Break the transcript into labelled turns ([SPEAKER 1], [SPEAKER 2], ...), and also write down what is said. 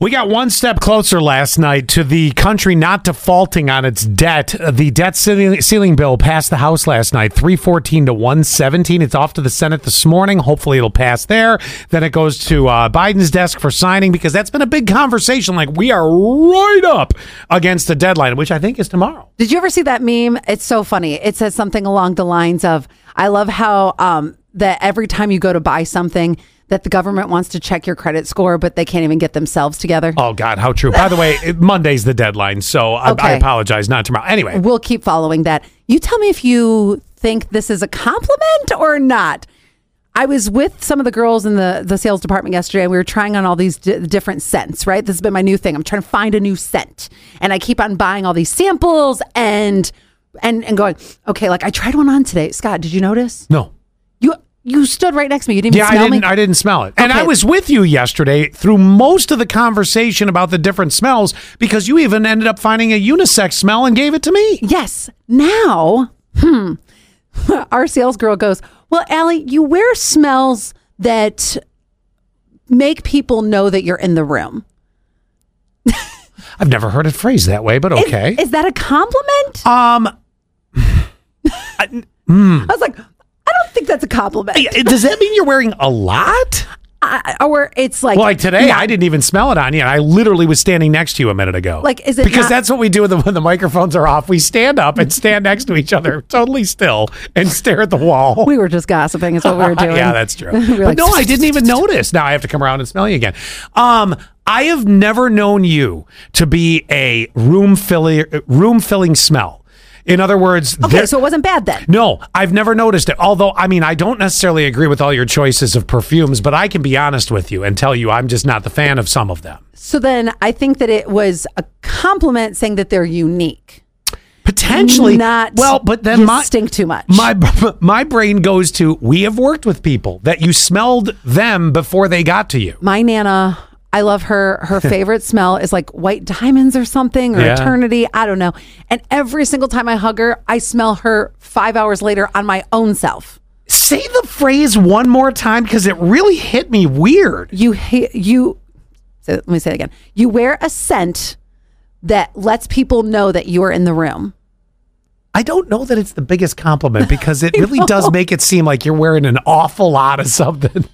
[SPEAKER 1] We got one step closer last night to the country not defaulting on its debt. Uh, The debt ceiling, ceiling bill passed the House last night, 314 to 117. It's off to the Senate this morning. Hopefully, it'll pass there. Then it goes to uh, Biden's desk for signing because that's been a big conversation. Like, we are right up against the deadline, which I think is tomorrow.
[SPEAKER 2] Did you ever see that meme? It's so funny. It says something along the lines of, "I love how um, that every time you go to buy something, that the government wants to check your credit score, but they can't even get themselves together."
[SPEAKER 1] Oh, God, how true. By the way, it- Monday's the deadline, so I, I
[SPEAKER 2] Okay.
[SPEAKER 1] apologize. Not tomorrow. Anyway.
[SPEAKER 2] We'll keep following that. You tell me if you think this is a compliment or not. I was with some of the girls in the, the sales department yesterday, and we were trying on all these di different scents, right? This has been my new thing. I'm trying to find a new scent, and I keep on buying all these samples and and and going, okay, like I tried one on today. Scott, did you notice?
[SPEAKER 1] No.
[SPEAKER 2] You you stood right next to me. You didn't
[SPEAKER 1] Yeah,
[SPEAKER 2] even
[SPEAKER 1] I
[SPEAKER 2] smell
[SPEAKER 1] didn't.
[SPEAKER 2] me.
[SPEAKER 1] I didn't smell it, and
[SPEAKER 2] Okay.
[SPEAKER 1] I was with you yesterday through most of the conversation about the different smells because you even ended up finding a unisex smell and gave it to me.
[SPEAKER 2] Yes. Now, hmm, our sales girl goes, Well, Allie, you wear smells that make people know that you're in the room.
[SPEAKER 1] I've never heard it phrased that way, but
[SPEAKER 2] Is-
[SPEAKER 1] okay.
[SPEAKER 2] Is, that a compliment?
[SPEAKER 1] um,
[SPEAKER 2] I was like, I don't think that's a compliment.
[SPEAKER 1] Hmm. yeah, does that mean you're wearing a lot?
[SPEAKER 2] I, or it's like,
[SPEAKER 1] Well, like today,
[SPEAKER 2] not-
[SPEAKER 1] I didn't even smell it on you. and I literally was standing next to you a minute ago.
[SPEAKER 2] Like, is it
[SPEAKER 1] because
[SPEAKER 2] not-
[SPEAKER 1] that's what we do when the, when the microphones are off? We stand up and stand next to each other, totally still, and stare at the wall.
[SPEAKER 2] We were just gossiping, is what we were doing.
[SPEAKER 1] yeah, that's true.
[SPEAKER 2] We were
[SPEAKER 1] but
[SPEAKER 2] like,
[SPEAKER 1] no, I didn't even notice. Now I have to come around and smell you again. Um, I have never known you to be a room filling room filling smell. In other words,
[SPEAKER 2] Okay,
[SPEAKER 1] there-
[SPEAKER 2] so it wasn't bad then.
[SPEAKER 1] no, I've never noticed it. Although, I mean, I don't necessarily agree with all your choices of perfumes, but I can be honest with you and tell you I'm just not the fan of some of them.
[SPEAKER 2] So then I think that it was a compliment saying that they're unique.
[SPEAKER 1] Potentially
[SPEAKER 2] not
[SPEAKER 1] Well, but then
[SPEAKER 2] you
[SPEAKER 1] my
[SPEAKER 2] stink too much.
[SPEAKER 1] My my brain goes to we have worked with people that you smelled them before they got to you.
[SPEAKER 2] my nana i love her her favorite smell is like white diamonds or something or
[SPEAKER 1] Yeah.
[SPEAKER 2] eternity i don't know and every single time i hug her i smell her five hours later on my own self
[SPEAKER 1] Say the phrase one more time because it really hit me weird.
[SPEAKER 2] you ha- you so let me say it again you wear a scent that lets people know that you are in the room
[SPEAKER 1] I don't know that it's the biggest compliment because it really does make it seem like you're wearing an awful lot of something.